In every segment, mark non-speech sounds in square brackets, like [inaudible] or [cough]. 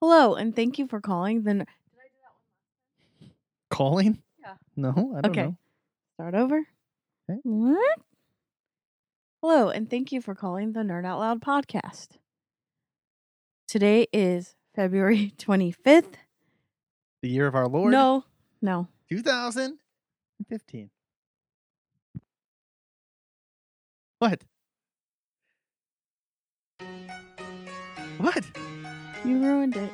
Hello, and thank you for calling. Then Calling? Yeah. No, I don't Okay. know. start over. Okay. What? Hello, and thank you for calling the Nerd Out Loud podcast. Today is February [laughs] 25th. The year of our Lord? No, no. 2015. What? What? You ruined it.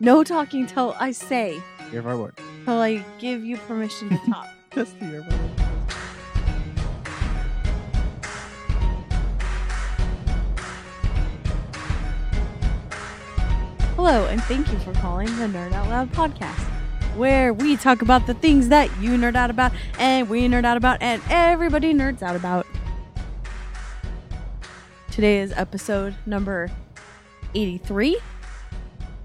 No talking till I say, Year of our Lord. till I give you permission to talk. That's the year of our Lord. Hello, and thank you for calling the Nerd Out Loud podcast, where we talk about the things that you nerd out about, and we nerd out about, and everybody nerds out about. Today is episode number 83,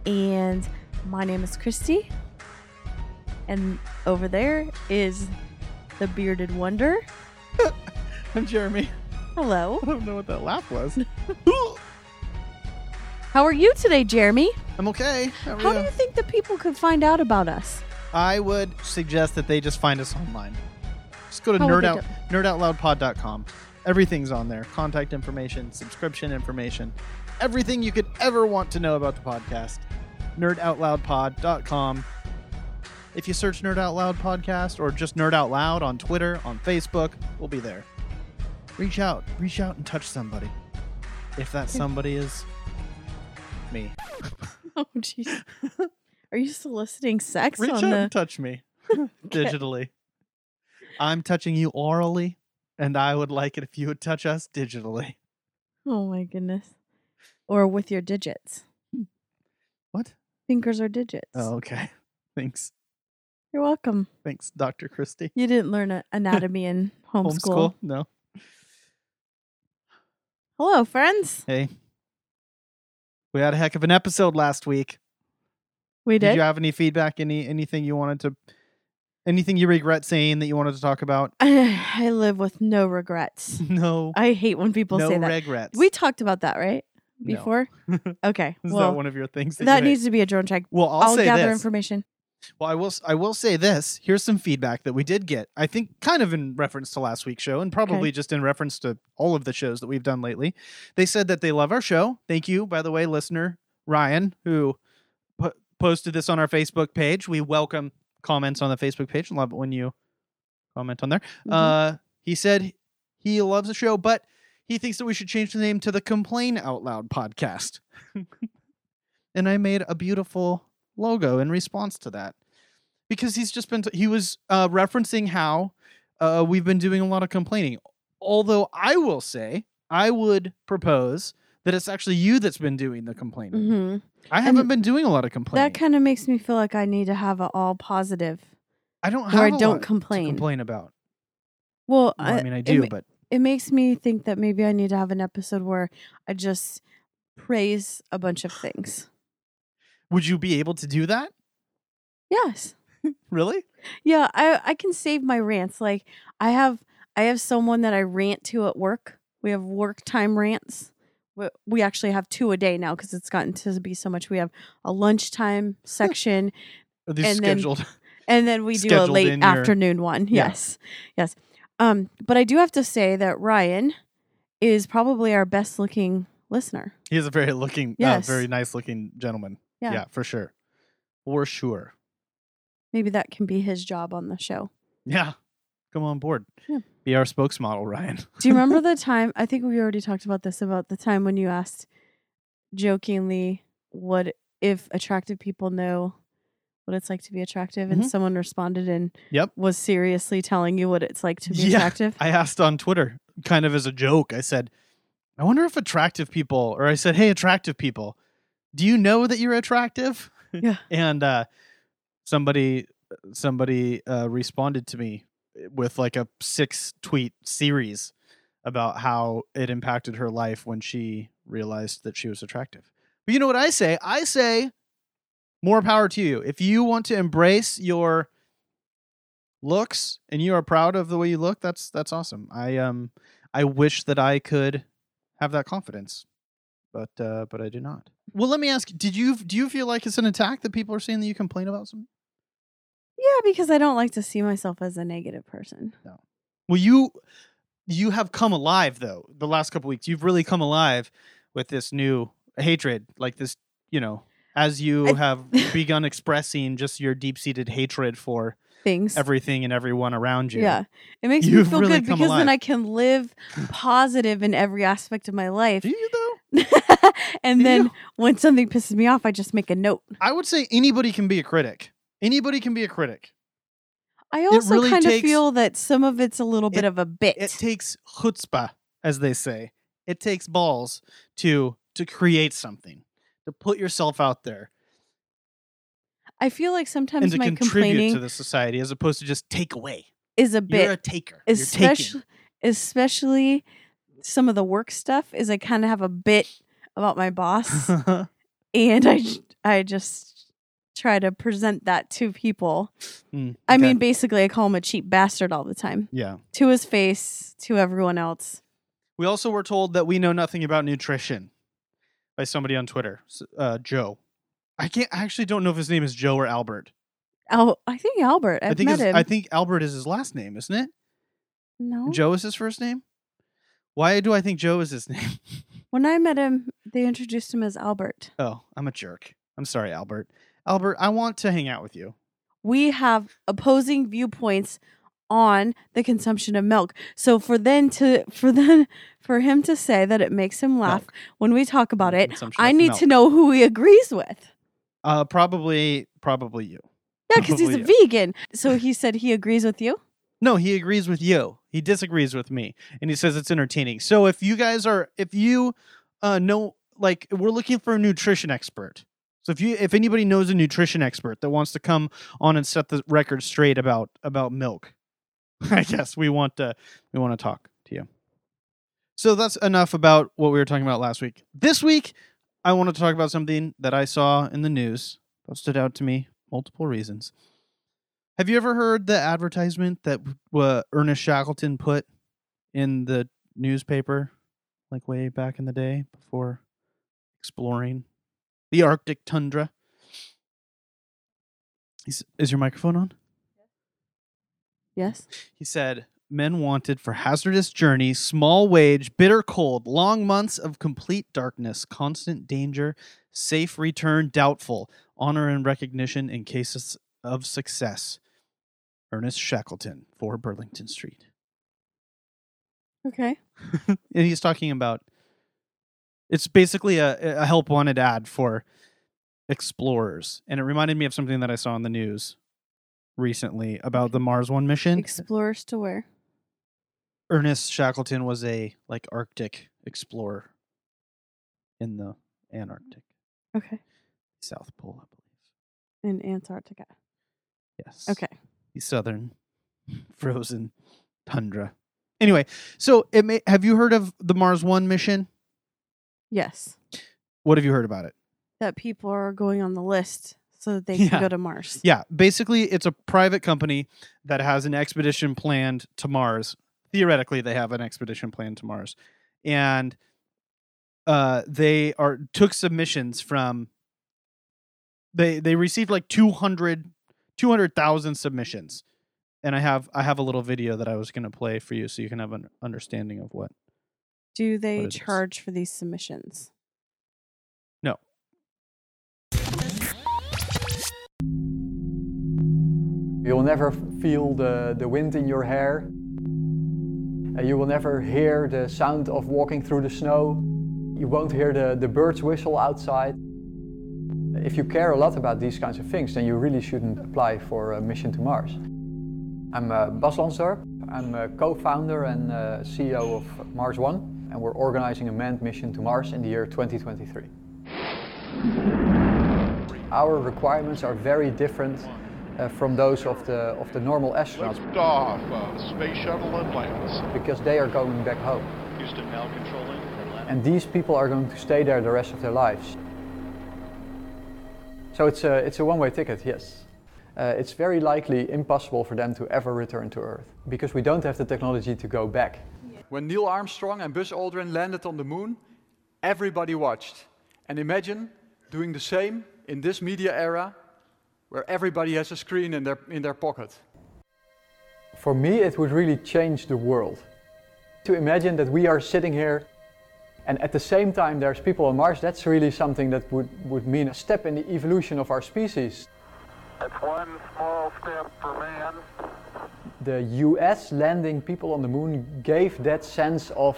and my name is Christy, and over there is the bearded wonder. I'm Jeremy. [laughs] Hello. I don't know what that laugh was. [laughs] How are you today, Jeremy? I'm okay. How are How you? do you think the people could find out about us? I would suggest that they just find us online. Just go to How would nerd they out, nerdoutloudpod.com. Everything's on there. Contact information, subscription information, everything you could ever want to know about the podcast. nerdoutloudpod.com. If you search Nerd Out Loud podcast or just Nerd Out Loud on Twitter, on Facebook, we'll be there. Reach out, reach out and touch somebody. If that somebody is me. [laughs] Oh jeez. Are you soliciting sex Reach out on and the [laughs] touch me [laughs] digitally. I'm touching you orally, and I would like it if you would touch us digitally. Oh my goodness. Or with your digits. What? Fingers or digits. Oh, okay. [laughs] Thanks. You're welcome. Thanks, Dr. Christie. You didn't learn a- anatomy in homeschool. No. Hello, friends. Hey. We had a heck of an episode last week. We did. you have any feedback? Any anything you wanted to anything you regret saying that you wanted to talk about? [laughs] [laughs] I live with no regrets. No. I hate when people no say that. regrets. We talked about that, right? No. Before? [laughs] Okay. Is well, that one of your things? That, you that hate? needs to be a drone check. Well, I'll, I'll, say gather this. information. Well, I will. s- I will say this. Here's some feedback that we did get. I think kind of in reference to last week's show, and probably Okay. just in reference to all of the shows that we've done lately. They said that they love our show. Thank you, by the way, listener Ryan, who po- posted this on our Facebook page. We welcome comments on the Facebook page. Love it when you comment on there. Mhm. Uh, he said he loves the show, but he thinks that we should change the name to the Complain Out [laughs] Loud podcast. and I made a beautiful logo in response to that because he's just been, t- he was uh, referencing how uh, we've been doing a lot of complaining. Although I will say, I would propose that it's actually you that's been doing the complaining. Mhm. I haven't And been doing a lot of complaining. That kind of makes me feel like I need to have a all positive I don't have where I a lot don't to complain. complain about. Well, uh, Well, I mean, I it do, ma- but it makes me think that maybe I need to have an episode where I just praise a bunch of things. would you be able to do that? Yes. Really? Yeah, I I can save my rants. Like I have I have someone that I rant to at work. We have work time rants. We- We actually have two a day now because it's gotten to be so much. We have a lunchtime section, Are these And then- scheduled? and then we do a Scheduled late in your- afternoon one. Yeah. Yes, yes. Um, but I do have to say that Ryan is probably our best looking listener. he is a very looking, Yes. uh, very nice looking gentleman. Yeah. for sure. For sure. Maybe that can be his job on the show. Yeah. Come on board. Yeah. Be our spokesmodel, Ryan. Do you remember [laughs] the time? I think we already talked about this about the time when you asked jokingly what if attractive people know what it's like to be attractive, and Mhm. someone responded and Yep. was seriously telling you what it's like to be Yeah. attractive. I asked on Twitter, kind of as a joke, I said, I wonder if attractive people, or I said, hey, attractive people, do you know that you're attractive? [laughs] Yeah. and uh, somebody somebody uh, responded to me with like a six tweet series about how it impacted her life when she realized that she was attractive. But you know what I say? I say more power to you. If you want to embrace your looks and you are proud of the way you look, that's that's awesome. I um I wish that I could have that confidence. But uh but I do not. Well, let me ask: Did you do you feel like it's an attack that people are saying that you complain about something? Yeah, because I don't like to see myself as a negative person. Well, you you have come alive though. The last couple weeks, you've really come alive with this new hatred, like this. You know, as you I- have [laughs] begun expressing just your deep seated hatred for Things. everything and everyone around you. yeah. It makes me You've feel really good come because then alive. I can live positive in every aspect of my life. Do you though? [laughs] and Do then you? when something pisses me off, I just make a note. I would say anybody can be a critic. Anybody can be a critic. I also really kind takes- of feel that some of it's a little bit It- of a bit. It takes chutzpah, as they say. It takes balls to to create something, to put yourself out there, I feel like and sometimes to my contribute complaining to the society, as opposed to just take away. is a You're a bit, taker. You're taking. especially especially some of the work stuff. Is I kind of have a bit about my [laughs] boss, and I j- I just try to present that to people. Mm, I okay. mean, basically, I call him a cheap bastard all the time, yeah. to his face, to everyone else. We also were told that we know nothing about nutrition by somebody on Twitter, S- uh, Joe. I can't. I actually don't know if his name is Joe or Albert. Oh, I think Albert. I've I think. met his- him. I think Albert is his last name, isn't it? no, Joe is his first name. Why do I think Joe is his [laughs] name? when I met him, they introduced him as Albert. Oh, I'm a jerk. I'm sorry, Albert. Albert, I want to hang out with you. we have opposing viewpoints on the consumption of milk. So for then to for then [laughs] for him to say that it makes him laugh Milk. when we talk about it, Consumption I of need to milk. know who he agrees [laughs] with. Uh, probably, probably you. Yeah, because he's a Probably vegan. So he said he agrees with you. No, he agrees with you. He disagrees with me, and he says it's entertaining. So if you guys are, if you uh, know, like, we're looking for a nutrition expert. So if you, if anybody knows a nutrition expert that wants to come on and set the record straight about about milk, [laughs] I guess we want to we want to talk to you. So that's enough about what we were talking about last week. This week, I want to talk about something that I saw in the news that stood out to me multiple reasons. Have you ever heard the advertisement that uh, Ernest Shackleton put in the newspaper, like way back in the day before exploring the Arctic tundra? Is, is your microphone on? Yes. He said, Men wanted for hazardous journey, small wage, bitter cold, long months of complete darkness, constant danger, safe return doubtful, honor and recognition in cases of success. Ernest Shackleton for Burlington Street. Okay. And he's talking about it's basically a, a help wanted ad for explorers. And it reminded me of something that I saw in the news recently about the Mars One mission. Explorers to where? Ernest Shackleton was a like Arctic explorer in the Antarctic Okay. South Pole, I believe. In Antarctica. Yes. Okay. The southern [laughs] frozen tundra. Anyway, so it may have you heard of the Mars One mission? Yes. What have you heard about it? That people are going on the list so that they Yeah. can go to Mars. Yeah, basically, it's a private company that has an expedition planned to Mars. Theoretically, they have an expedition planned to Mars, and uh, they are took submissions from. They they received like 200 200,000 submissions, and I have I have a little video that I was going to play for you so you can have an understanding of what. Do What they is this? charge for these submissions? No. You'll never feel the, the wind in your hair. And you will never hear the sound of walking through the snow. You won't hear the, the birds whistle outside. If you care a lot about these kinds of things, then you really shouldn't apply for a mission to Mars. I'm uh, Bas Lansdorp. I'm a co-founder and uh, CEO of Mars One, and we're organizing a manned mission to Mars in the year 2023. Our requirements are very different uh, from those of the of the normal astronauts Liftoff of uh, Space Shuttle Atlantis. because they are going back home, Houston now controlling Atlantis. and these people are going to stay there the rest of their lives. So it's a it's a one-way ticket, yes. Uh, it's very likely impossible for them to ever return to Earth because we don't have the technology to go back. When Neil Armstrong and Buzz Aldrin landed on the moon, everybody watched. And imagine doing the same in this media era where everybody has a screen in their, in their pocket. For me, it would really change the world. To imagine that we are sitting here and at the same time there's people on Mars, that's really something that would, would mean a step in the evolution of our species. It's one small step for man. The US landing people on the moon gave that sense of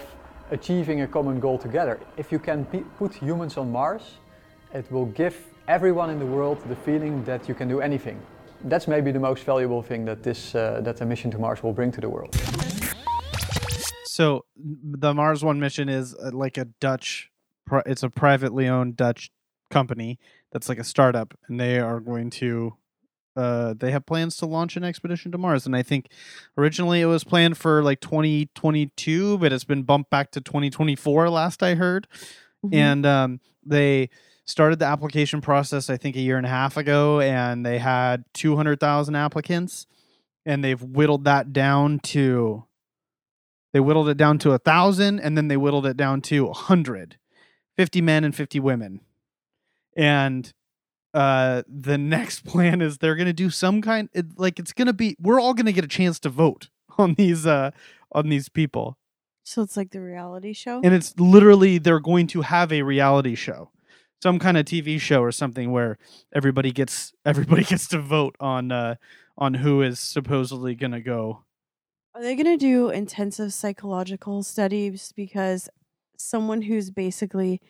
achieving a common goal together. If you can pe- put humans on Mars, it will give everyone in the world the feeling that you can do anything. That's maybe the most valuable thing that this uh, that the mission to Mars will bring to the world. So the Mars One mission is uh, like a Dutch. pri- It's a privately owned Dutch company that's like a startup, and they are going to. Uh, they have plans to launch an expedition to Mars, and I think originally it was planned for like 2022, but it's been bumped back to 2024. Last I heard, and um, they started the application process i think a year and a half ago and they had 200000 applicants and they've whittled that down to they whittled it down to a thousand and then they whittled it down to a hundred 50 men and 50 women and uh the [laughs] next plan is they're gonna do some kind it, like it's gonna be we're all gonna get a chance to vote [laughs] on these uh on these people so it's like the reality show. and it's literally they're going to have a reality show some kind of tv show or something where everybody gets everybody [laughs] gets to vote on uh on who is supposedly gonna go Are they going to do intensive psychological studies because someone who's basically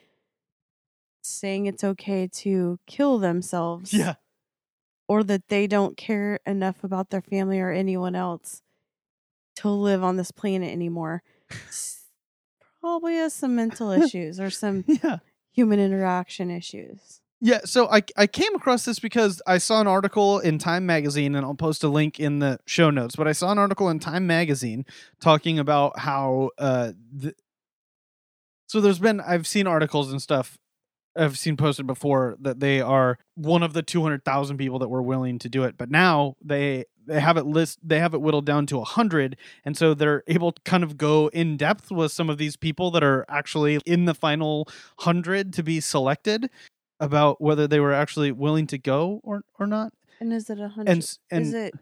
saying it's okay to kill themselves or that they don't care enough about their family or anyone else to live on this planet anymore s- probably has some [laughs] mental issues or some [laughs] yeah human interaction issues. yeah so i i came across this because i saw an article in time magazine and i'll post a link in the show notes but i saw an article in time magazine talking about how uh th- so there's been i've seen articles and stuff I've seen posted before that they are one of the 200,000 people that were willing to do it, but now they they have it list they have it whittled down to 100 and so they're able to kind of go in depth with some of these people that are actually in the final 100 to be selected about whether they were actually willing to go or or not. And is it a hundred? And s- and is it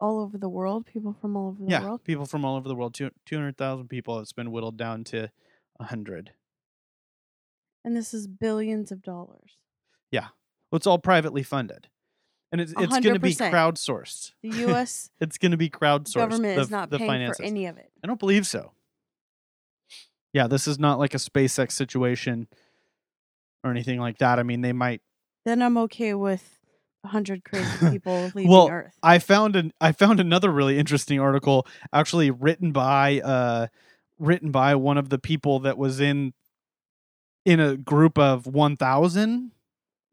all over the world? People from all over the yeah, world? people from all over the world, two- 200,000 people it's been whittled down to 100. And this is billions of dollars. Well, it's all privately funded. And it's it's going to be 100%. crowdsourced. [laughs] The U.S. It's going to be crowdsourced. government the, is not the paying finances. for any of it. I don't believe so. Yeah, this is not like a SpaceX situation or anything like that. I mean, they might. Then I'm okay with a hundred [laughs] crazy people leaving Well, Earth. I found an I found another really interesting article actually written by uh written by one of the people that was in in a group of 1000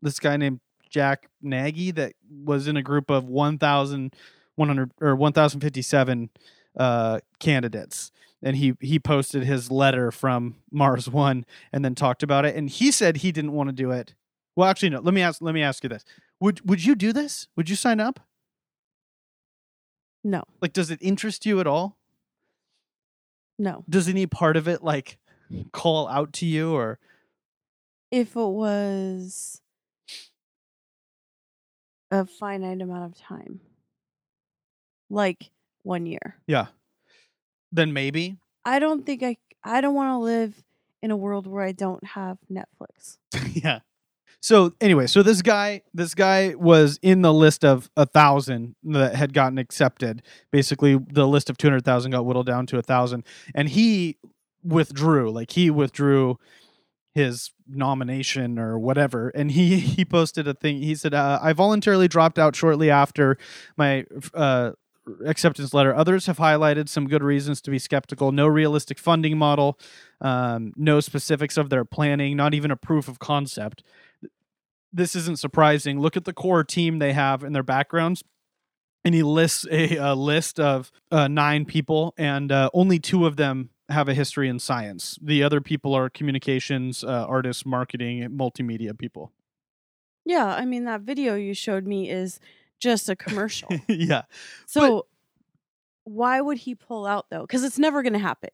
this guy named Jack Nagy that was in a group of 1100 or 1057 uh candidates and he he posted his letter from Mars 1 and then talked about it and he said he didn't want to do it. Well, actually no, let me ask let me ask you this. Would would you do this? Would you sign up? No, Like, does it interest you at all? no. Does any part of it like call out to you or If it was a finite amount of time, like one year, yeah? Then maybe. I don't think I. I don't want to live in a world where I don't have Netflix. [laughs] yeah. So anyway, so this guy, this guy was in the list of a thousand that had gotten accepted. Basically, the list of two hundred thousand got whittled down to a thousand, and he withdrew. Like he withdrew his nomination or whatever, and he [laughs] he posted a thing. He said, uh, "I voluntarily dropped out shortly after my." Uh, acceptance letter others have highlighted some good reasons to be skeptical no realistic funding model um, no specifics of their planning, not even a proof of concept. This isn't surprising. Look at the core team they have and their backgrounds. And he lists a, uh list of uh, nine people, and uh, only two of them have a history in science. The other people are communications, uh, artists, marketing, and multimedia people. [laughs] Yeah, I mean that video you showed me is just a [laughs] commercial. yeah. so why would he pull out though? Because it's never going to happen.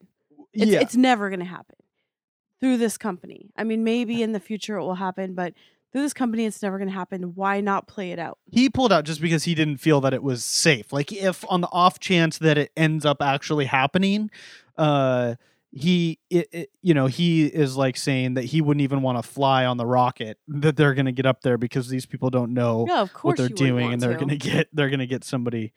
It's, yeah. it's never going to happen. through this company. I mean, maybe in the future it will happen, but through this company, it's never going to happen. Why not play it out? He pulled out just because he didn't feel that it was safe. Like if on the off chance that it ends up actually happening, uh he it, it- you know, he is like saying that he wouldn't even want to fly on the rocket that they're going to get up there because these people don't know No, of course what they're you wouldn't doing want and they're to. going to get they're going to get somebody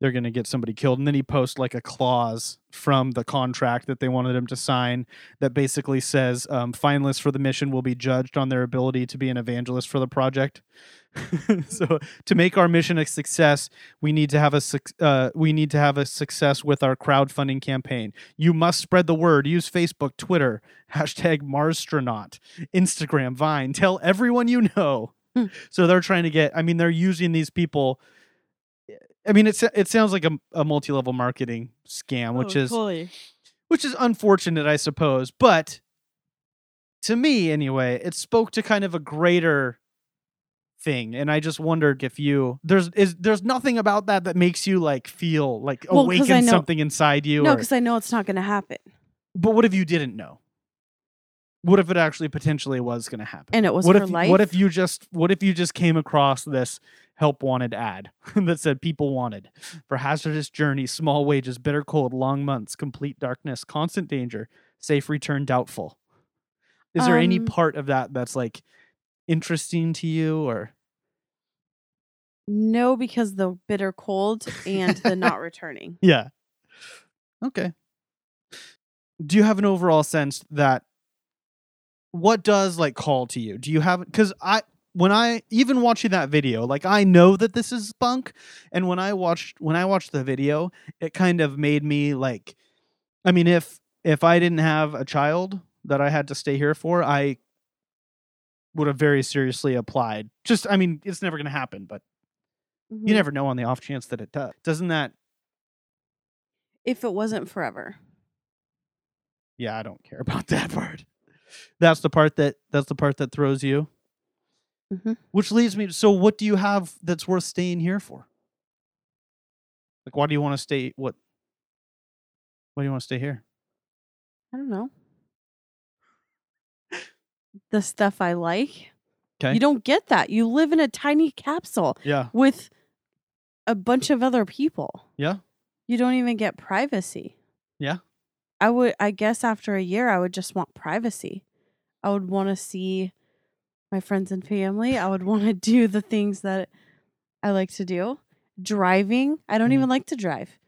they're going to get somebody killed and then he posts like a clause from the contract that they wanted him to sign that basically says um, finalists for the mission will be judged on their ability to be an evangelist for the project [laughs] so to make our mission a success we need to have a suc uh, we need to have a success with our crowdfunding campaign you must spread the word use facebook twitter [laughs] hashtag marstronaut instagram vine tell everyone you know Hmm. so they're trying to get i mean they're using these people I mean, it's it sounds like a, a multi level marketing scam, which Oh, is which is unfortunate, I suppose. But to me, anyway, it spoke to kind of a greater thing, and I just wondered if you there's is there's nothing about that that makes you like feel like Well, 'cause I awaken know- something inside you. no, or- because I know it's not going to happen, but what if you didn't know? What if it actually potentially was going to happen? and it was what for if life. what if you just what if you just came across this help wanted ad [laughs] that said people wanted for hazardous journeys, small wages, bitter cold, long months, complete darkness, constant danger, safe return doubtful. Is there any Um, part of that that's like interesting to you or No, because the bitter cold and the [laughs] not returning. yeah. Okay. Do you have an overall sense that what does like call to you? Do you have cuz I when I even watching that video, like I know that this is bunk and when I watched when I watched the video, it kind of made me like I mean if if I didn't have a child that I had to stay here for, I would have very seriously applied. Just I mean, it's never going to happen, but you Mhm. never know on the off chance that it does. Doesn't that If it wasn't forever, yeah i don't care [laughs] about that part that's the part that that's the part that throws you Mhm. which leads me to, so what do you have that's worth staying here for like why do you want to stay what why do you want to stay here I don't [sighs] know. The stuff I like. 'Kay. You don't get that. You live in a tiny capsule yeah with a bunch of other people. Yeah. You don't even get privacy. Yeah. I would I guess after a year I would just want privacy. I would want to see my friends and family. I would want to do the things that I like to do. Driving, I don't Mhm. even like to drive.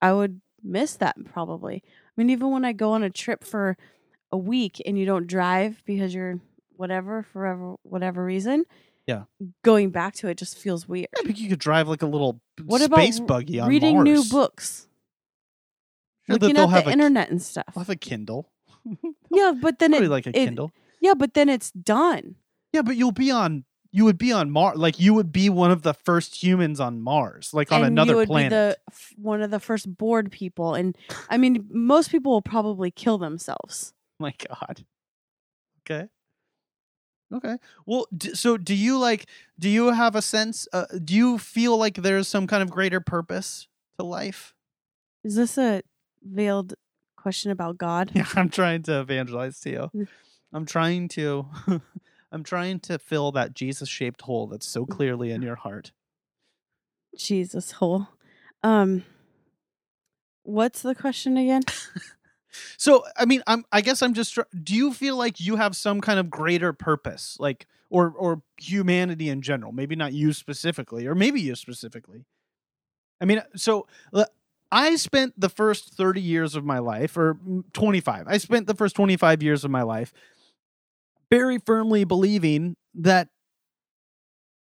I would miss that probably. I mean even when I go on a trip for a week and you don't drive because you're whatever forever whatever reason, Yeah. Going back to it just feels weird i think you could drive like a little b- what about space r- buggy on reading Mars. new books Sure that looking they'll at have the a, internet and stuff they'll have a kindle yeah but then probably it, like a it- kindle yeah but then it's done yeah but you'll be on you would be on mars like you would be one of the first humans on mars like on and another you would planet be the f- one of the first bored people and i mean most people will probably kill themselves [laughs] my god okay okay well d- so do you like do you have a sense uh, do you feel like there's some kind of greater purpose to life [laughs] is this a veiled question about [laughs] god yeah i'm trying to evangelize to you Mm. i'm trying to [laughs] i'm trying to fill that jesus shaped hole that's so clearly in your heart jesus hole um what's the question again so i mean i'm i guess i'm just tr- do you feel like you have some kind of greater purpose like or or humanity in general maybe not you specifically or maybe you specifically i mean uh, so l- i spent the first 30 years of my life or mm, 25 i spent the first 25 years of my life very firmly believing that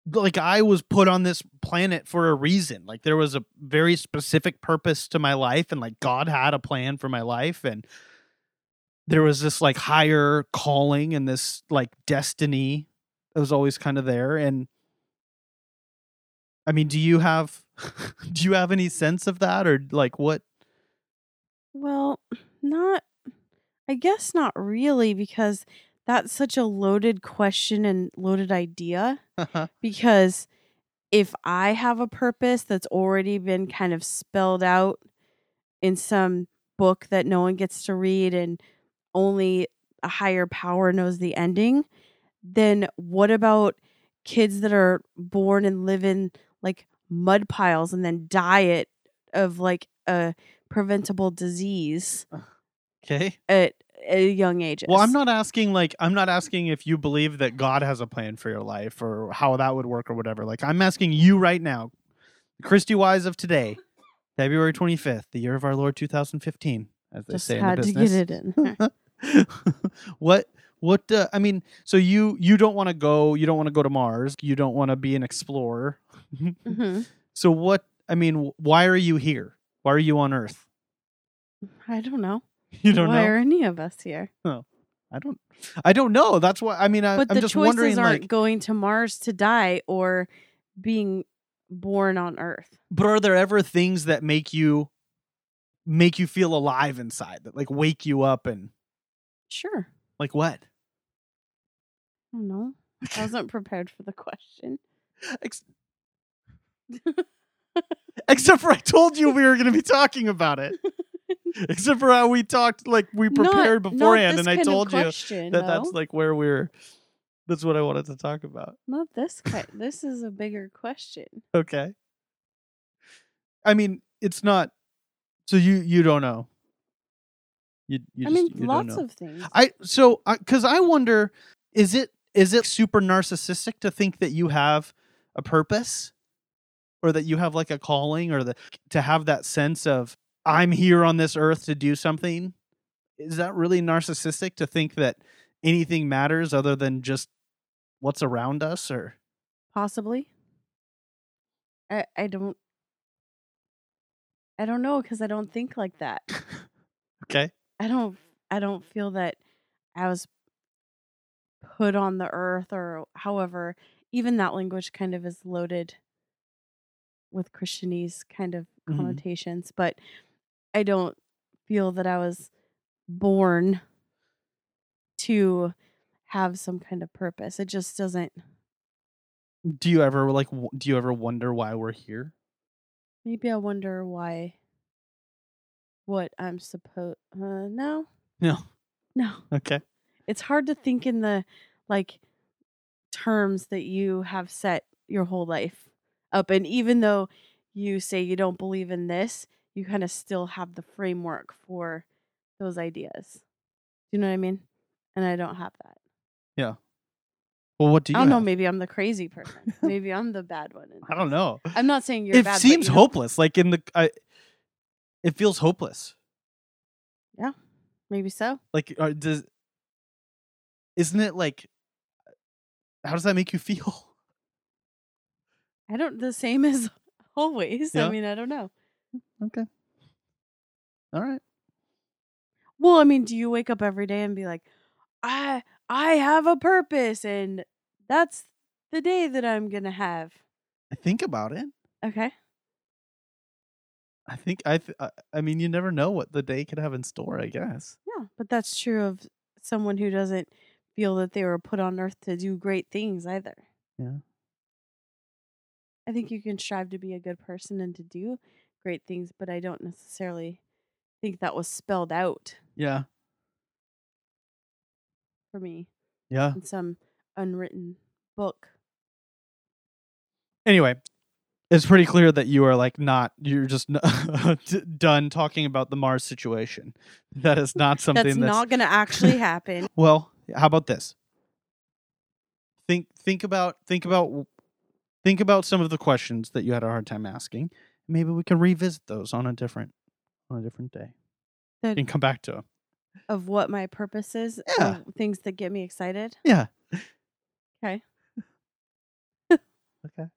like I was put on this planet for a reason. Like there was a very specific purpose to my life and like God had a plan for my life and there was this like higher calling and this like destiny that was always kind of there and I mean, do you have [laughs] do you have any sense of that or like what Well, not, I guess not really, because that's such a loaded question and loaded idea. Because if I have a purpose that's already been kind of spelled out in some book that no one gets to read and only a higher power knows the ending, then what about kids that are born and live in like mud piles and then die it of like a preventable disease [laughs] Okay. at a young age? Uh. Well, I'm not asking like I'm not asking if you believe that God has a plan for your life or how that would work or whatever. Like I'm asking you right now, Christy Wise of today, February 25th, the year of our Lord 2015, as they just say had in to the get business. it in. [laughs] [laughs] what what uh, I mean, so you you don't want to go, you don't want to go to Mars, you don't want to be an explorer. Mhm. [laughs] so what I mean, why are you here? Why are you on Earth? [laughs] I don't know. You don't Why know. are any of us here? I don't. I don't know. That's why. I mean, I, but I'm the just choices wondering. aren't like, going to Mars to die or being born on Earth. but are there ever things that make you make you feel alive inside? That like wake you up and Sure. like what? I [laughs] don't know. I wasn't prepared for the question. Ex- Except for I told you we were going to be talking [laughs] about it. Except for how we talked, like we Not- prepared not beforehand, this and I kind of told you question, that that's though. like where we're. That's what I wanted to talk about. not [laughs] this kind. This is a bigger question. Okay. I mean, it's not. So you you don't know. You, you I just- mean, you don't lots know. of things. I so because I wonder, is it is it super narcissistic to think that you have a purpose, or that you have like a calling, or that to have that sense of I'm here on this earth to do something? Is that really narcissistic to think that anything matters other than just what's around us? Or possibly. I I don't. I don't know because I don't think like that. [laughs] okay, I don't I don't feel that I was put on the earth or however even that language kind of is loaded with Christianese kind of Mhm. connotations but I don't feel that I was born to have some kind of purpose it just doesn't do you ever like w- do you ever wonder why we're here? maybe I wonder why what I'm supposed uh no No. no Okay. it's hard to think in the like terms that you have set your whole life up and even though you say you don't believe in this you kind of still have the framework for those ideas do you know what i mean and i don't have that Well, what do you? i don't know have? maybe i'm the crazy [laughs] person maybe i'm the bad one in I don't this. know. i'm not saying you're it bad but, seems you know, hopeless like in the I, it feels hopeless maybe so like uh, does isn't it like how does that make you feel [laughs] i don't the same [laughs] as always Yeah. i mean i don't know okay all right Well, I mean, do you wake up every day and be like, I I have a purpose and that's the day that I'm gonna have. i think about it Okay. i think i th- I- i mean you never know what the day could have in store i guess Yeah. But that's true of someone who doesn't feel that they were put on earth to do great things either. Yeah. I think you can strive to be a good person and to do great things, but I don't necessarily think that was spelled out yeah for me yeah in some unwritten book. anyway it's pretty clear that you are like not you're just n- [laughs] d- done talking about the mars situation that is not something that's not gonna actually happen. Well, how about this? Think think about think about think about some of the questions that you had a hard time asking. Maybe we can revisit those on a different on a different day That- and come back to them. of what my purpose is, Yeah. of things that get me excited. Yeah. Okay. Okay.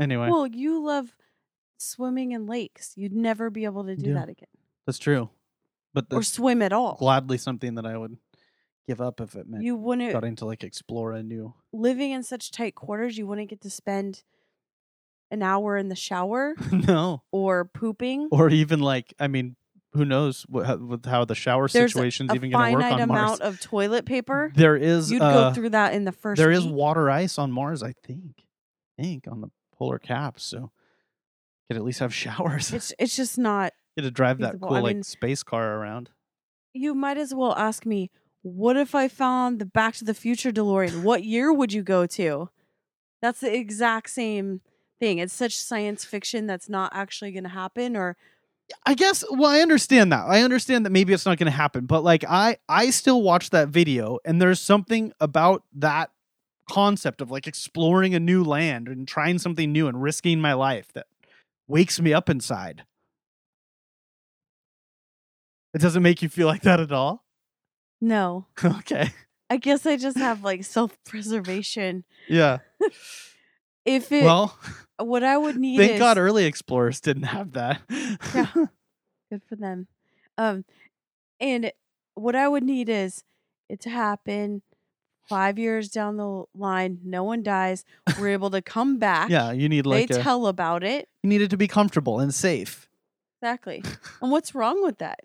Anyway, Well, you love swimming in lakes. You'd never be able to do Yeah. that again that's true, but or that's swim at all. gladly something that I would give up if it meant You wouldn't starting to like explore a new. [laughs] living in such tight quarters, you wouldn't get to spend an hour in the shower [laughs] no, or pooping. or even like I mean, who knows what, how, with how the shower There's situation's a even going to work finite on Mars? amount of toilet paper. There is You'd uh, go through that in the first There is week. water ice on Mars, I think. I think on the polar cap, so could at least have [laughs] showers. It's it's just not Get to drive that feasible. cool I like mean- space car around. you might as well ask me, what if I found the Back to the Future DeLorean? [laughs] What year would you go to? That's the exact same thing. It's such science fiction that's not actually going to happen or I guess well I understand that. I understand that maybe it's not going to happen, but like I I still watch that video and there's something about that concept of like exploring a new land and trying something new and risking my life that wakes me up inside. It doesn't make you feel like that at all. [laughs] no. okay. I guess I just have like self-preservation. Yeah. If it Well, what I would need thank is God early explorers didn't have that. Yeah. [laughs] good for them. Um and what I would need is it to happen 5 years down the line, no one dies, we're able to come back. [laughs] yeah, you need like they a- tell about it. you needed to be comfortable and safe. [laughs] Exactly. and what's wrong with that?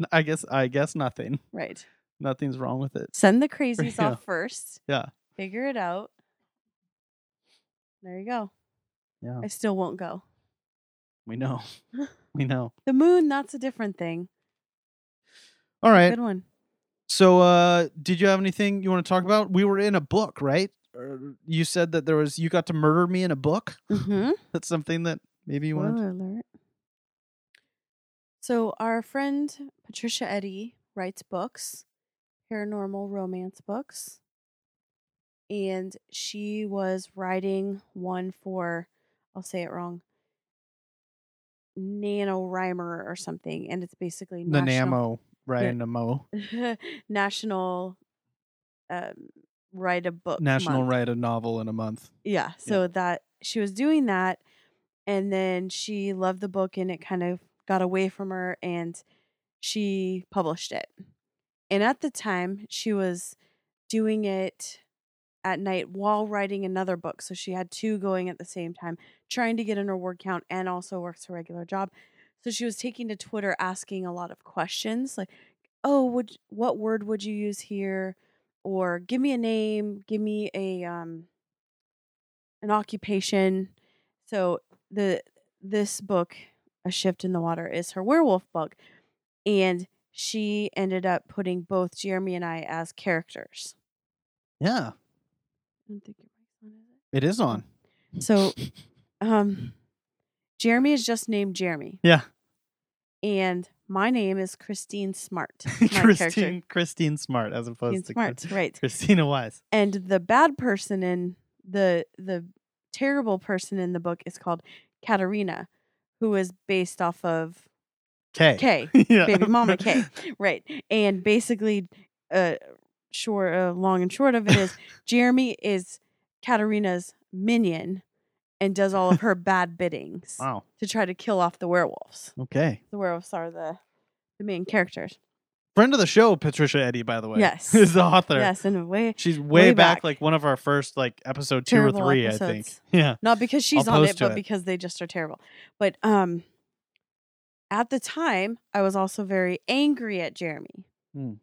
N- I guess I guess nothing. Right. Nothing's wrong with it. Send the crazies Yeah. off first. Yeah. Figure it out. There you go. Yeah. I still won't go. [laughs] We know. we know. The moon, that's a different thing. All right. Good one. [laughs] So, uh, did you have anything you want to talk about? We were in a book, right? Or you said that there was you got to murder me in a book. Mm-hmm. [laughs] That's something that maybe you want. Spoiler alert. So our friend Patricia Eddy writes books, paranormal romance books, and she was writing one for I'll say it wrong. NaNoWriMer or something, and it's basically The National- Namo, right? Namo, [laughs] national um, write a book National month. Write a Novel in a Month. yeah so that she was doing that and then she loved the book and it kind of got away from her and she published it and at the time she was doing it at night while writing another book so she had two going at the same time trying to get in her word count and also works her regular job so she was taking to twitter asking a lot of questions like oh would what word would you use here or give me a name give me a um an occupation so the this book a shift in the water is her werewolf book and she ended up putting both jeremy and i as characters Yeah, i don't think your mic's on is it it is on. So, [laughs] um, Jeremy is just named Jeremy, Yeah, and my name is Christine Smart. [laughs] My character, Christine Christine Smart as opposed Christine to Smart, right? Christina Wise. And the bad person in the the terrible person in the book is called Katerina, who is based off of K. Kay, [laughs] Yeah. baby mama Kay, right? And basically, uh, short, uh, long and short of it [laughs] is Jeremy is Katerina's minion, and does all of [laughs] her bad biddings. Wow. to try to kill off the werewolves. Okay. The werewolves are the the main characters. Friend of the show, Patricia Eddy, by the way. Yes. [laughs] is the author. Yes, in a way. She's way, Way back, back. like one of our first, like episode two Terrible or three, I think. episodes. [laughs] Yeah. Not because she's on post it, to but it. because they just are terrible. But um at the time I was also very angry at Jeremy. Hmm. [laughs]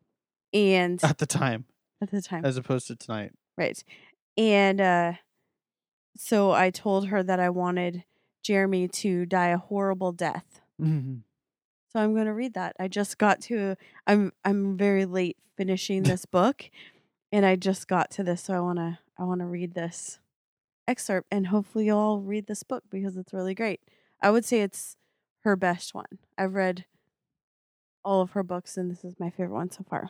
And At the time, at the time. as opposed to tonight. Right. And uh so I told her that I wanted Jeremy to die a horrible death. Mm-hmm. So I'm going to read that. I just got to I'm I'm very late finishing this book and I just got to this so I want to I want to read this excerpt and hopefully you'll all read this book because it's really great. I would say it's her best one. I've read all of her books and this is my favorite one so far.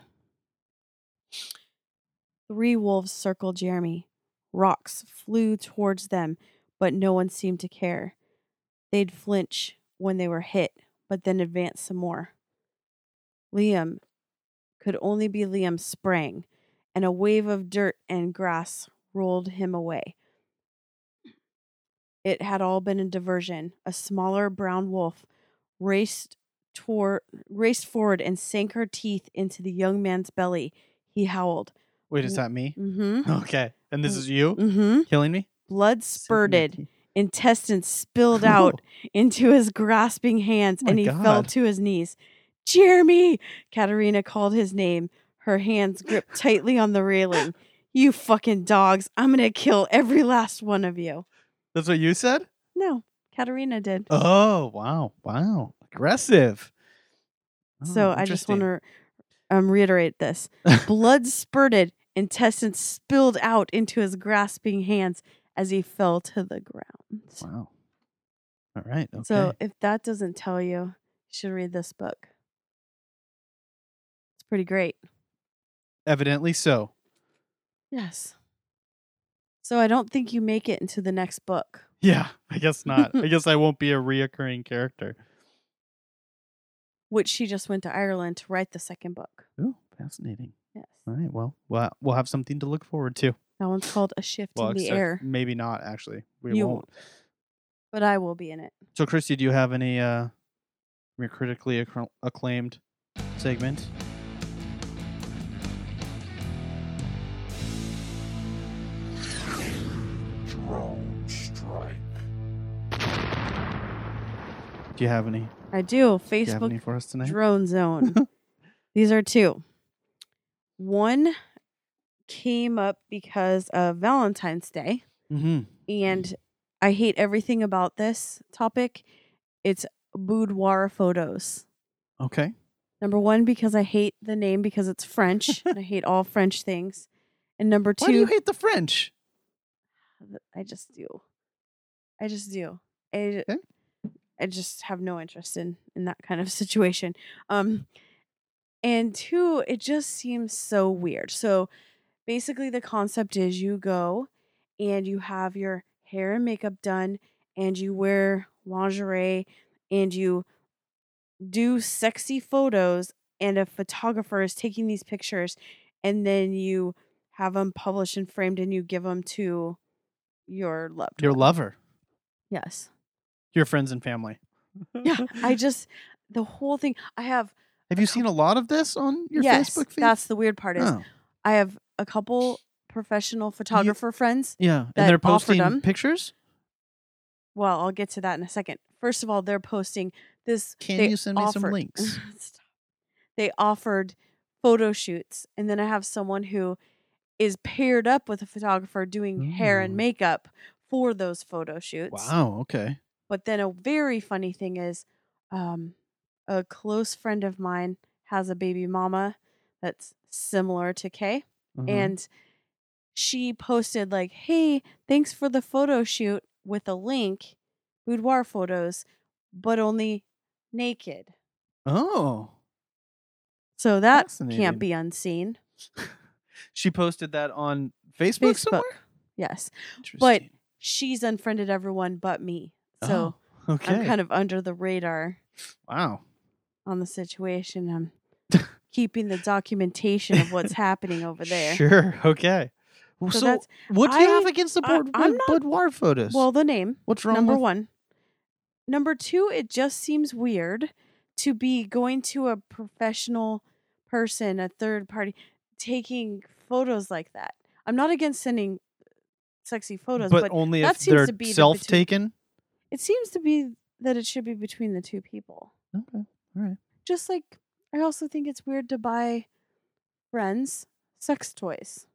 Three wolves circled Jeremy. Rocks flew towards them, but no one seemed to care. They'd flinch when they were hit but then advanced some more. Liam could only be Liam sprang, and a wave of dirt and grass rolled him away. It had all been a diversion. A smaller brown wolf raced toward, raced forward and sank her teeth into the young man's belly. He howled. Wait, is Mm. that me? Mm-hmm. Okay. And this is you Mm-hmm. killing me? Blood [laughs] spurted, intestines spilled Cool. out into his grasping hands Oh my and he fell God. to his knees. Jeremy! Katerina called his name, her hands gripped tightly on the railing. You fucking dogs, I'm gonna kill every last one of you. [laughs] That's what you said? No, Katerina did. Oh, wow. Wow. Aggressive. so I just want to um, reiterate this. Blood spurted, intestines spilled out into his grasping hands as he fell to the ground. Wow. All right. Okay. So if that doesn't tell you, you should read this book. It's pretty great. Evidently so. Yes. So I don't think you make it into the next book. Yeah, I [laughs] guess not. I guess I won't be a reoccurring character. which she just went to Ireland to write the second book. Ooh, fascinating. Yes. All right. Well, we'll we'll have something to look forward to. That one's called A Shift Well, in the except Air, maybe not actually. We You won't. but I will be in it. So, Christy, do you have any uh, your critically accra- acclaimed segment? Drone strike. Do you have any? I do. Do you have any Facebook for us tonight? Drone [laughs] Zone. These are two. One came up because of Valentine's Day, mm-hmm. and I hate everything about this topic. It's boudoir photos. Okay. Number one, because I hate the name because it's French, and I hate all French things. And number two, Why do you hate the French? th- I just do. I just do. I, Okay. I just have no interest in in that kind of [laughs] situation. Um and two, it just seems so weird. So basically the concept is you go and you have your hair and makeup done and you wear lingerie and you do sexy photos and a photographer is taking these pictures and then you have them published and framed and you give them to your loved Your one. lover, yes your friends and family. [laughs] yeah i just the whole thing i have Have you seen a lot of this on your yes Facebook feed? that's the weird part is Oh, i have a couple professional photographer friends yeah, that and they're offered posting them. pictures. well i'll get to that in a second first of all they're posting this Can they you send me some [laughs] offered- links? Stop. they offered photo shoots and then i have someone who is paired up with a photographer doing hair and Ooh. makeup for those photo shoots Wow. Okay. But then a very funny thing is, um, a close friend of mine has a baby mama that's similar to Kay, Uh-huh. and she posted like, "Hey, thanks for the photo shoot with a link, boudoir photos, but only naked." oh, So that Fascinating. can't be unseen. she posted that on Facebook, somewhere. yes. Interesting. She's unfriended everyone but me, so Oh, okay. I'm kind of under the radar. wow. on the situation. I'm [laughs] keeping the documentation of what's happening over there. Sure. Okay. Well, So so, that's- what do you have I- against the I- board, I'm bud- not- boudoir photos? Well, the name, what's wrong number with one. Number two, it just seems weird to be going to a professional person, a third party, taking photos like that. I'm not against sending sexy photos, but, but, only that if seems they're to be the self taken. it seems to be that it should be between the two people. Okay. All right. Just like I also think it's weird to buy friends sex toys.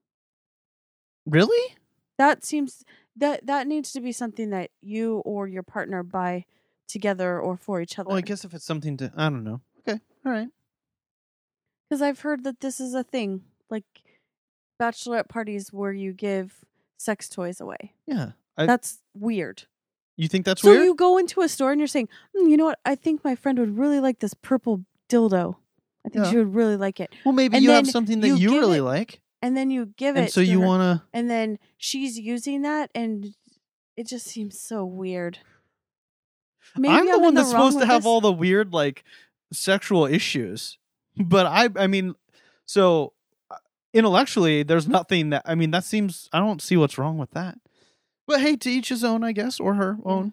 Really? that seems that that needs to be something that you or your partner buy together or for each other. Well, I guess if it's something to, I don't know. Okay. All right. because I've heard that this is a thing, like bachelorette parties where you give sex toys away. Yeah. I, That's weird. you think that's so weird? you go into a store and you're saying, "Hmm, you know what? I think my friend would really like this purple dildo. I think Yeah. she would really like it. well, maybe and you have then something that you you, give really it- like, And then you give and it. so to you her, want to. And then she's using that, and it just seems so weird. Maybe I'm the in one that's wrong supposed to with have this. all the weird like sexual issues. But I I mean so uh, intellectually there's nothing that I mean that seems I don't see what's wrong with that. But hey, to each his own, I guess, or her own.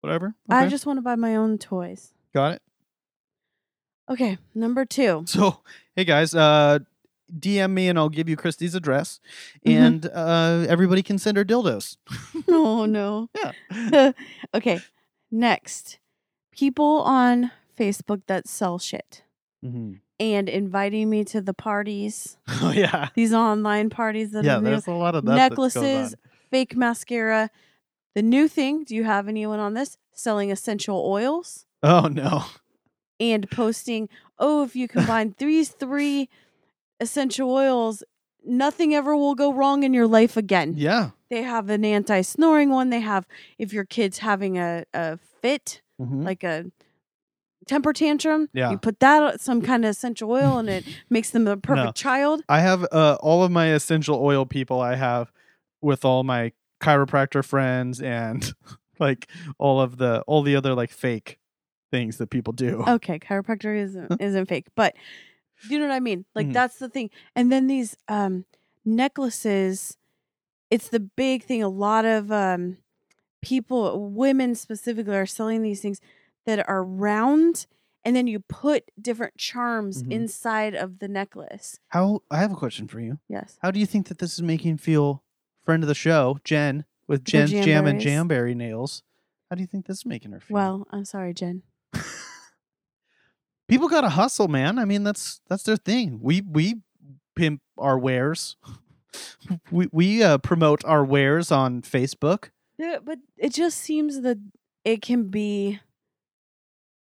Whatever. Mm-hmm. I Okay, just want to buy my own toys. got it. [laughs] Okay, number two. So, hey guys, uh DM me and I'll give you Christy's address Mhm. and uh everybody can send her dildos. oh no. Yeah. [laughs] okay, next. People on Facebook that sell shit Mhm. and inviting me to the parties, [laughs] Oh yeah. these online parties that Yeah, are new, there's a lot of that that goes necklaces, on. fake mascara. The new thing, do you have anyone on this? Selling essential oils. Oh no. and posting, oh, if you combine these three essential oils, nothing ever will go wrong in your life again. Yeah. They have an anti snoring one. They have, if your kid's having a, a fit, Mhm. like a temper tantrum, Yeah. you put that, uh, some kind of essential oil, and it makes them the perfect child. I have uh, all of my essential oil people I have with all my chiropractor friends and [laughs] like all of the all the other like fake things that people do. okay chiropractor isn't isn't fake but you know what i mean like Mhm. that's the thing and then these um necklaces it's the big thing a lot of um people women specifically are selling these things that are round and then you put different charms Mhm. inside of the necklace How I have a question for you. yes How do you think that this is making feel friend of the show, Jen, with The Jen's jam and jamberries. jamberry nails? How do you think this is making her feel? well i'm sorry jen people gotta hustle, man. I mean, that's that's their thing. We we pimp our wares. [laughs] we we uh, promote our wares on Facebook. Yeah, but it just seems that it can be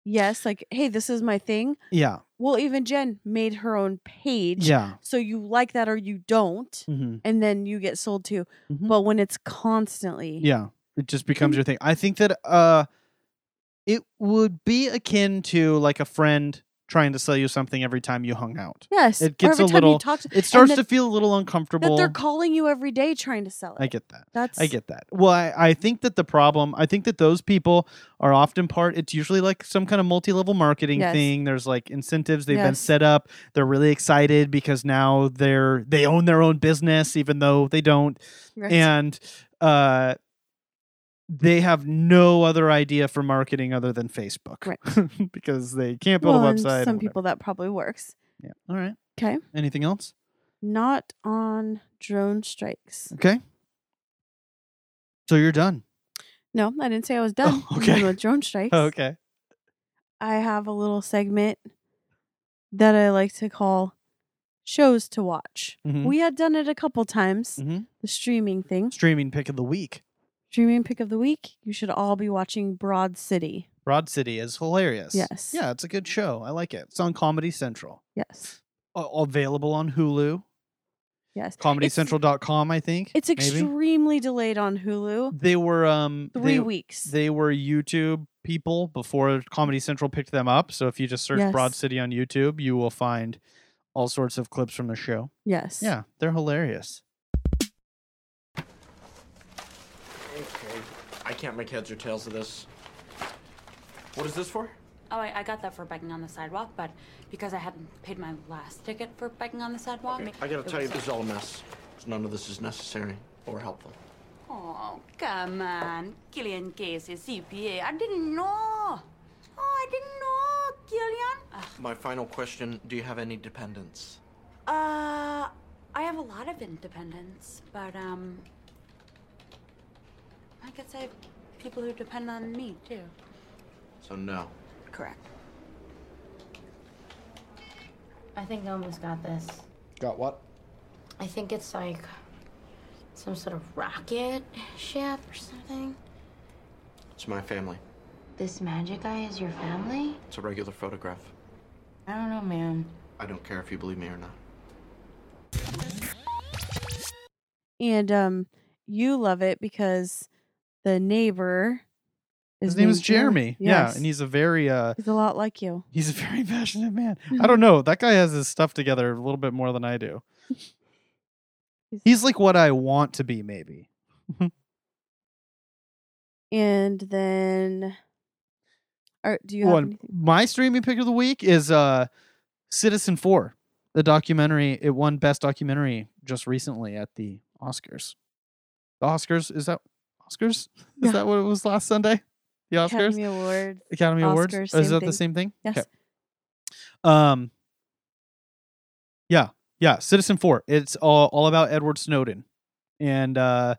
yes like hey this is my thing Yeah, well even jen made her own page yeah. So you like that or you don't, Mm-hmm. and then you get sold to. Mhm. But when it's constantly, Yeah, it just becomes Mm-hmm. your thing. I think that uh, it would be akin to like a friend trying to sell you something every time you hung out. yes, It gets or every a time little- you talk to, It starts that- to feel a little that uncomfortable. they're calling you every day trying to sell it. I get that. that's I get that. Well, I, I think that the problem, I think that those people are often part, it's usually like some kind of multi level marketing Yes. thing. There's like incentives, they've been Yes. set up. They're really excited because now they're, they own their own business, even though they don't. Right. and uh they have no other idea for marketing other than Facebook [laughs] because they can't build Well, a and website. or some whatever. people that probably works. Yeah. All right. 'Kay. Anything else? Not on drone strikes. Okay. So you're done. No, I didn't say I was done. Oh, I'm okay. done with [laughs] drone strikes. Okay. I have a little segment that I like to call shows to watch. Mhm. We had done it a couple times, Mhm. the streaming thing. Streaming pick of the week. Streaming pick of the week. You should all be watching Broad City. Broad City is hilarious. Yes. Yeah, it's a good show. I like it. It's on Comedy Central. Yes. A- available on Hulu, Yes. It's- comedycentral.com, I think. It's maybe. extremely delayed on Hulu. They were um Three they- weeks. they were YouTube people before Comedy Central picked them up. So if you just search Broad Yes. City on YouTube, you will find all sorts of clips from the show. yes. Yeah, they're hilarious. Okay. I can't make heads or tails of this. What is this for? Oh, I, I got that for biking on the sidewalk, but because I hadn't paid my last ticket for biking on the sidewalk, I gotta tell you, this is all a mess. None of this is necessary or helpful. Oh, come on, Killian Case is CPA. I didn't know. Oh, I didn't know, Killian. Ugh. My final question do you have any dependents? Uh, I have a lot of independence, but um, I guess I have people who depend on me too. So, no. Correct. I think I almost got this. Got what? I think it's like some sort of rocket ship or something. It's my family. This magic guy is your family? It's a regular photograph. I don't know, man. I don't care if you believe me or not. And um, you love it because the neighbor. His, name is named Jeremy. Yeah, Yes. and he's a very uh he's a lot like you. he's a [laughs] very passionate [laughs] man. I don't know. That guy has his stuff together a little bit more than I [laughs] do. He's like what I want to be maybe. And then, are, do you have Well, and anything? my streaming pick of the week is uh Citizen 4. The documentary it won best documentary just recently at the Oscars. The Oscars is that Oscars? Yeah. Is that what it was last Sunday? The Oscars? Academy Award. Academy Awards. Oscars, is same that the thing. same thing? Yes. Okay. Um. Yeah, yeah. Citizen Four. It's all all about Edward Snowden, and uh,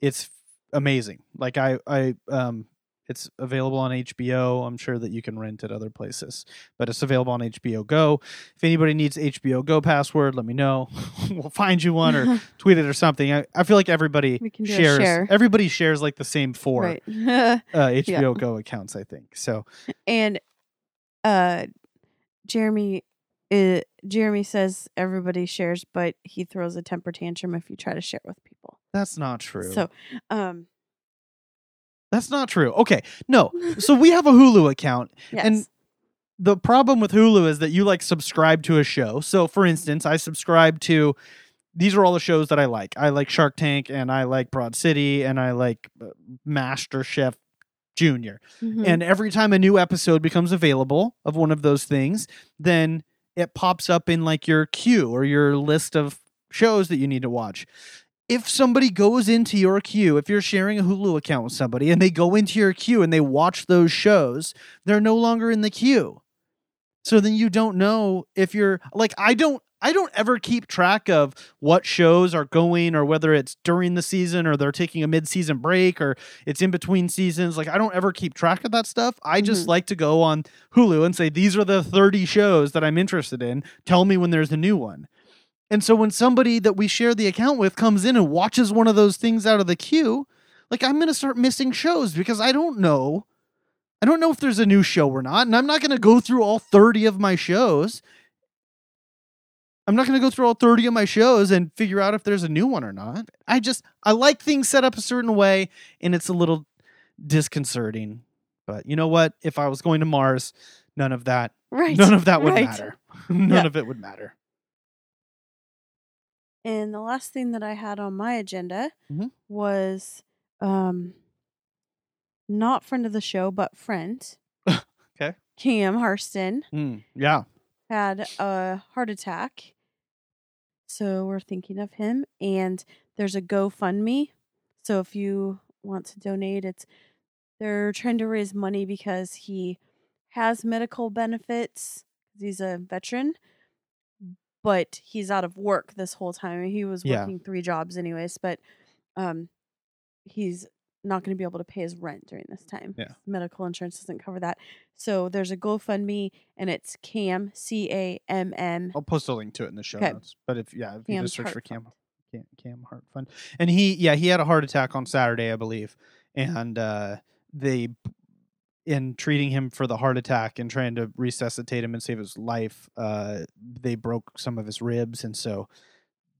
it's amazing. Like I I um, it's available on HBO. I'm sure that you can rent it other places, but it's available on HBO Go. If anybody needs HBO Go password, let me know. [laughs] we'll find you [laughs] one or tweet it or something. I, I feel like everybody We can do a shares. share. Everybody shares like the same four Right. [laughs] uh, HBO Go accounts, I think. So and uh, Jeremy uh, Jeremy says everybody shares, but he throws a temper tantrum if you try to share with people. That's not true. So, um, That's not true. Okay. No. So we have a Hulu account. yes. And the problem with Hulu is that you like subscribe to a show. So for instance, I subscribe to these are all the shows that I like. I like Shark Tank and I like Broad City and I like uh, Master Chef Junior. Mhm. And every time a new episode becomes available of one of those things, then it pops up in like your queue or your list of shows that you need to watch. If somebody goes into your queue, if you're sharing a Hulu account with somebody and they go into your queue and they watch those shows, they're no longer in the queue. So then you don't know if you're like I don't I don't ever keep track of what shows are going or whether it's during the season or they're taking a mid-season break or it's in between seasons. Like I don't ever keep track of that stuff. I just like to go on Hulu and say these are the 30 shows that I'm interested in. Tell me when there's a new one. And so when somebody that we share the account with comes in and watches one of those things out of the queue, like I'm going to start missing shows because I don't know I don't know if there's a new show or not, and I'm not going to go through all 30 of my shows. I'm not going to go through all 30 of my shows and figure out if there's a new one or not. I just I like things set up a certain way and it's a little disconcerting. But you know what? If I was going to Mars, none of that [laughs] right. none of that would right. matter. [laughs] None [laughs] Yeah. of it would matter. And the last thing that I had on my agenda Mhm. was um not friend of the show, but friend. [laughs] Okay. Cam Harston Mm, yeah. had a heart attack. So we're thinking of him and there's a GoFundMe. So if you want to donate, it's they're trying to raise money because he has medical benefits. He's a veteran, but he's out of work this whole time. He was Yeah. working three jobs anyways, but um he's not going to be able to pay his rent during this time. Yeah. Medical insurance doesn't cover that. So there's a GoFundMe and it's Cam C A M M. I'll post a link to it in the show Okay. notes. But if yeah, if you Cam's just search for Heart Cam, Fund. Cam Cam Heart Fund, and he yeah he had a heart attack on Saturday, I believe, and uh, they in treating him for the heart attack and trying to resuscitate him and save his life, uh, they broke some of his ribs, and so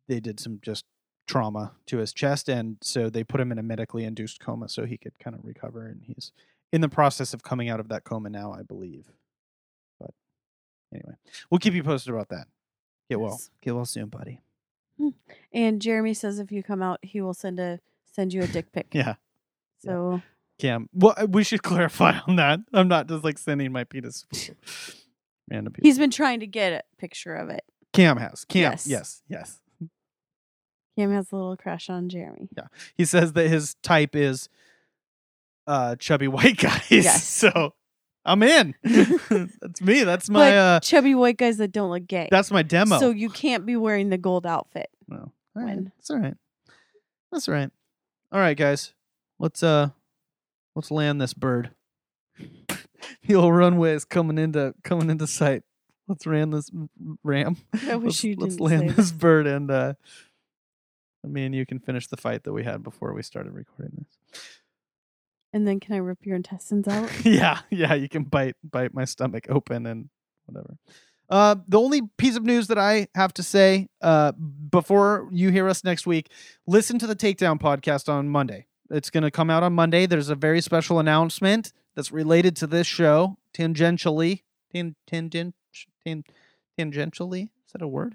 they did some just trauma to his chest, and so they put him in a medically induced coma so he could kind of recover, and he's in the process of coming out of that coma now, I believe. But anyway, we'll keep you posted about that. Get well. Yes. Get well soon, buddy. And Jeremy says if you come out, he will send a send you a dick pic. [laughs] Yeah. yeah. So Cam. Well, uh, we should [laughs] clarify on that. I'm not just like sending my penis. [laughs] Random people. he's been trying to get a picture of it. Cam has. Cam. Yes. yes. Yes. Cam has a little crush on Jeremy. He says that his type is uh chubby [laughs] white guys. Yes. So [laughs] I'm in. that's me. That's my but uh chubby white guys that don't look gay. that's my demo. So you can't be wearing the gold outfit. No. All right. When? That's all right. That's all right. All right, guys. Let's uh let's land this bird. [laughs] the old runway is coming into coming into sight. Let's ram this ram. I wish let's, you let's didn't land say this bird and uh I mean you can finish the fight that we had before we started recording this. And then can I rip your intestines [laughs] out? yeah, yeah, you can bite bite my stomach open and whatever. Uh, the only piece of news that I have to say uh, before you hear us next week, listen to the Takedown podcast on Monday. It's going to come out on Monday. There's a very special announcement that's related to this show tangentially. Tan, tangent, tan, tangentially? Is that a word?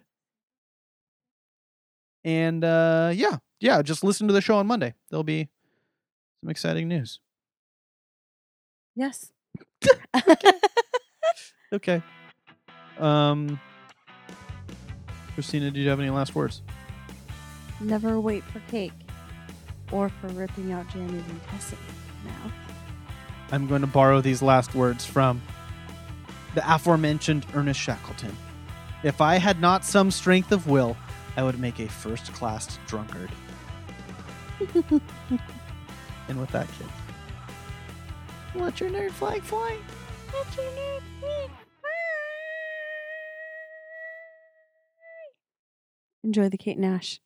And uh, yeah, yeah, just listen to the show on Monday. There'll be some exciting news. yes. Okay. Um, Christina, do you have any last words? Never wait for cake or for ripping out Jeremy's intestines now. I'm going to borrow these last words from the aforementioned Ernest Shackleton. If I had not some strength of will, I would make a first class [laughs] drunkard. and with that, kid, let your nerd flag fly. Let your nerd flag Enjoy the Kate Nash.